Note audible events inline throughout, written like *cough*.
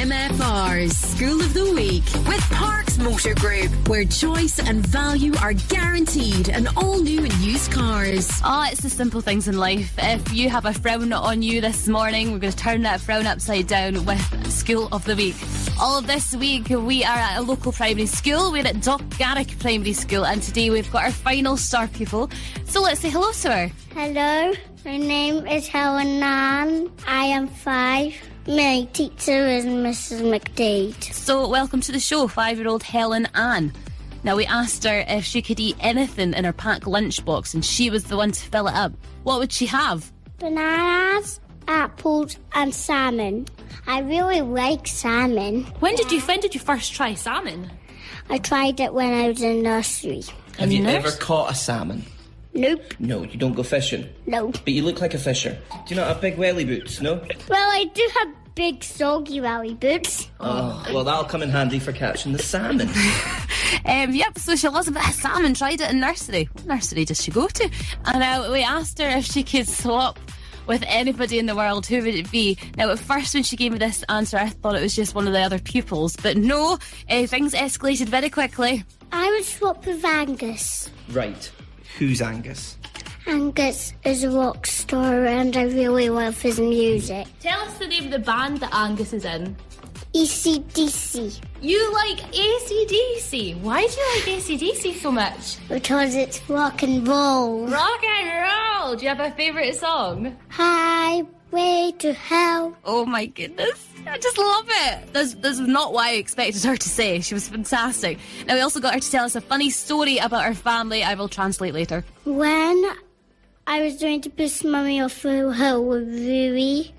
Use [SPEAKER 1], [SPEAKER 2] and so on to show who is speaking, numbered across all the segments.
[SPEAKER 1] MFR's School of the Week with Parks Motor Group, where choice and value are guaranteed in all new and used cars.
[SPEAKER 2] Oh, it's the simple things in life. If you have a frown on you this morning, we're going to turn that frown upside down with School of the Week. All of this week, we are at a local primary school. We're at Dockgarrick Primary School, and today we've got our final star pupil. So let's say hello to her.
[SPEAKER 3] Hello, my name is Helen Nan. I am five. My teacher is Mrs. McDade.
[SPEAKER 2] So, welcome to the show, five year old Helen Ann. Now, we asked her if she could eat anything in her packed lunchbox, and she was the one to fill it up. What would she have?
[SPEAKER 3] Bananas, apples, and salmon. I really like salmon.
[SPEAKER 2] When did you when did you first try salmon?
[SPEAKER 3] I tried it when I was in nursery.
[SPEAKER 4] Have you
[SPEAKER 2] nurse-
[SPEAKER 4] ever caught a salmon?
[SPEAKER 3] Nope,
[SPEAKER 4] No, you don't go fishing.
[SPEAKER 3] no.
[SPEAKER 4] But you look like a fisher. Do you not have big welly boots, no?
[SPEAKER 3] Well, I do have big soggy rally boots.
[SPEAKER 4] Oh, well, that'll come in handy for catching the salmon. *laughs*
[SPEAKER 2] Um, yep, so she loves a bit of salmon, tried it in nursery. What nursery does she go to? And uh, we asked her if she could swap with anybody in the world, who would it be? Now, at first, when she gave me this answer, I thought it was just one of the other pupils, but no, uh, things escalated very quickly.
[SPEAKER 3] I would swap with Angus.
[SPEAKER 4] right. Who's Angus?
[SPEAKER 3] Angus is a rock star and I really love his music.
[SPEAKER 2] Tell us the name of the band that Angus is in.
[SPEAKER 3] E ECDC
[SPEAKER 2] You like ACDC. Why do you like ACDC so much?
[SPEAKER 3] because it's rock and roll.
[SPEAKER 2] Rock and roll! Do you have a favourite song?
[SPEAKER 3] Highway to hell.
[SPEAKER 2] Oh my goodness. I just love it. That's, that's not what I expected her to say. She was fantastic. Now, we also got her to tell us a funny story about her family. I will translate later.
[SPEAKER 3] When I was going to push mummy off a hill with Rui,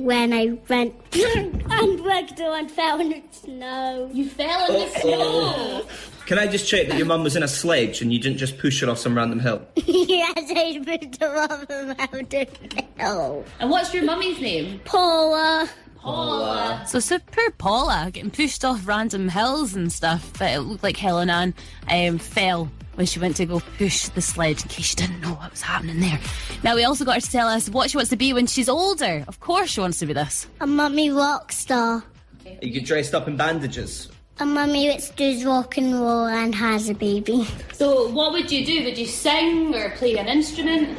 [SPEAKER 3] when I went *laughs* and wrecked her and fell in the snow.
[SPEAKER 2] You fell in the snow.
[SPEAKER 4] Can I just check that your mum was in a sledge and you didn't just push her off some random hill?
[SPEAKER 3] *laughs* yes, I pushed her off a mountain hill.
[SPEAKER 2] And what's your mummy's name?
[SPEAKER 3] Paula.
[SPEAKER 2] Paula. So, so poor Paula getting pushed off random hills and stuff. But it looked like Helen Ann um, fell when she went to go push the sledge in case she didn't know what was happening there. Now, we also got her to tell us what she wants to be when she's older. Of course, she wants to be this.
[SPEAKER 3] A mummy rock star.
[SPEAKER 4] You get dressed up in bandages.
[SPEAKER 3] A mummy which does rock and roll and has a baby.
[SPEAKER 2] So, what would you do? Would you sing or play an instrument?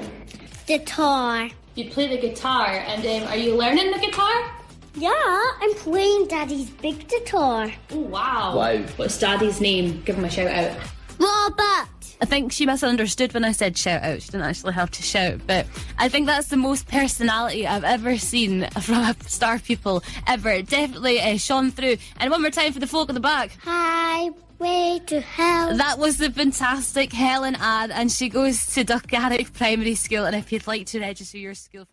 [SPEAKER 3] Guitar.
[SPEAKER 2] You play the guitar, and um, are you learning the guitar?
[SPEAKER 3] Yeah, I'm playing daddy's big guitar.
[SPEAKER 2] Oh, wow.
[SPEAKER 4] Wow.
[SPEAKER 2] What's Daddy's name? Give him a shout out.
[SPEAKER 3] Robert.
[SPEAKER 2] I think she misunderstood when I said shout out. She didn't actually have to shout, but I think that's the most personality I've ever seen from a star pupil ever. It definitely uh, shone through. And one more time for the folk at the back.
[SPEAKER 3] Highway to hell.
[SPEAKER 2] That was the fantastic Helen Ann, and she goes to Duckgarrick Primary School. And if you'd like to register your school for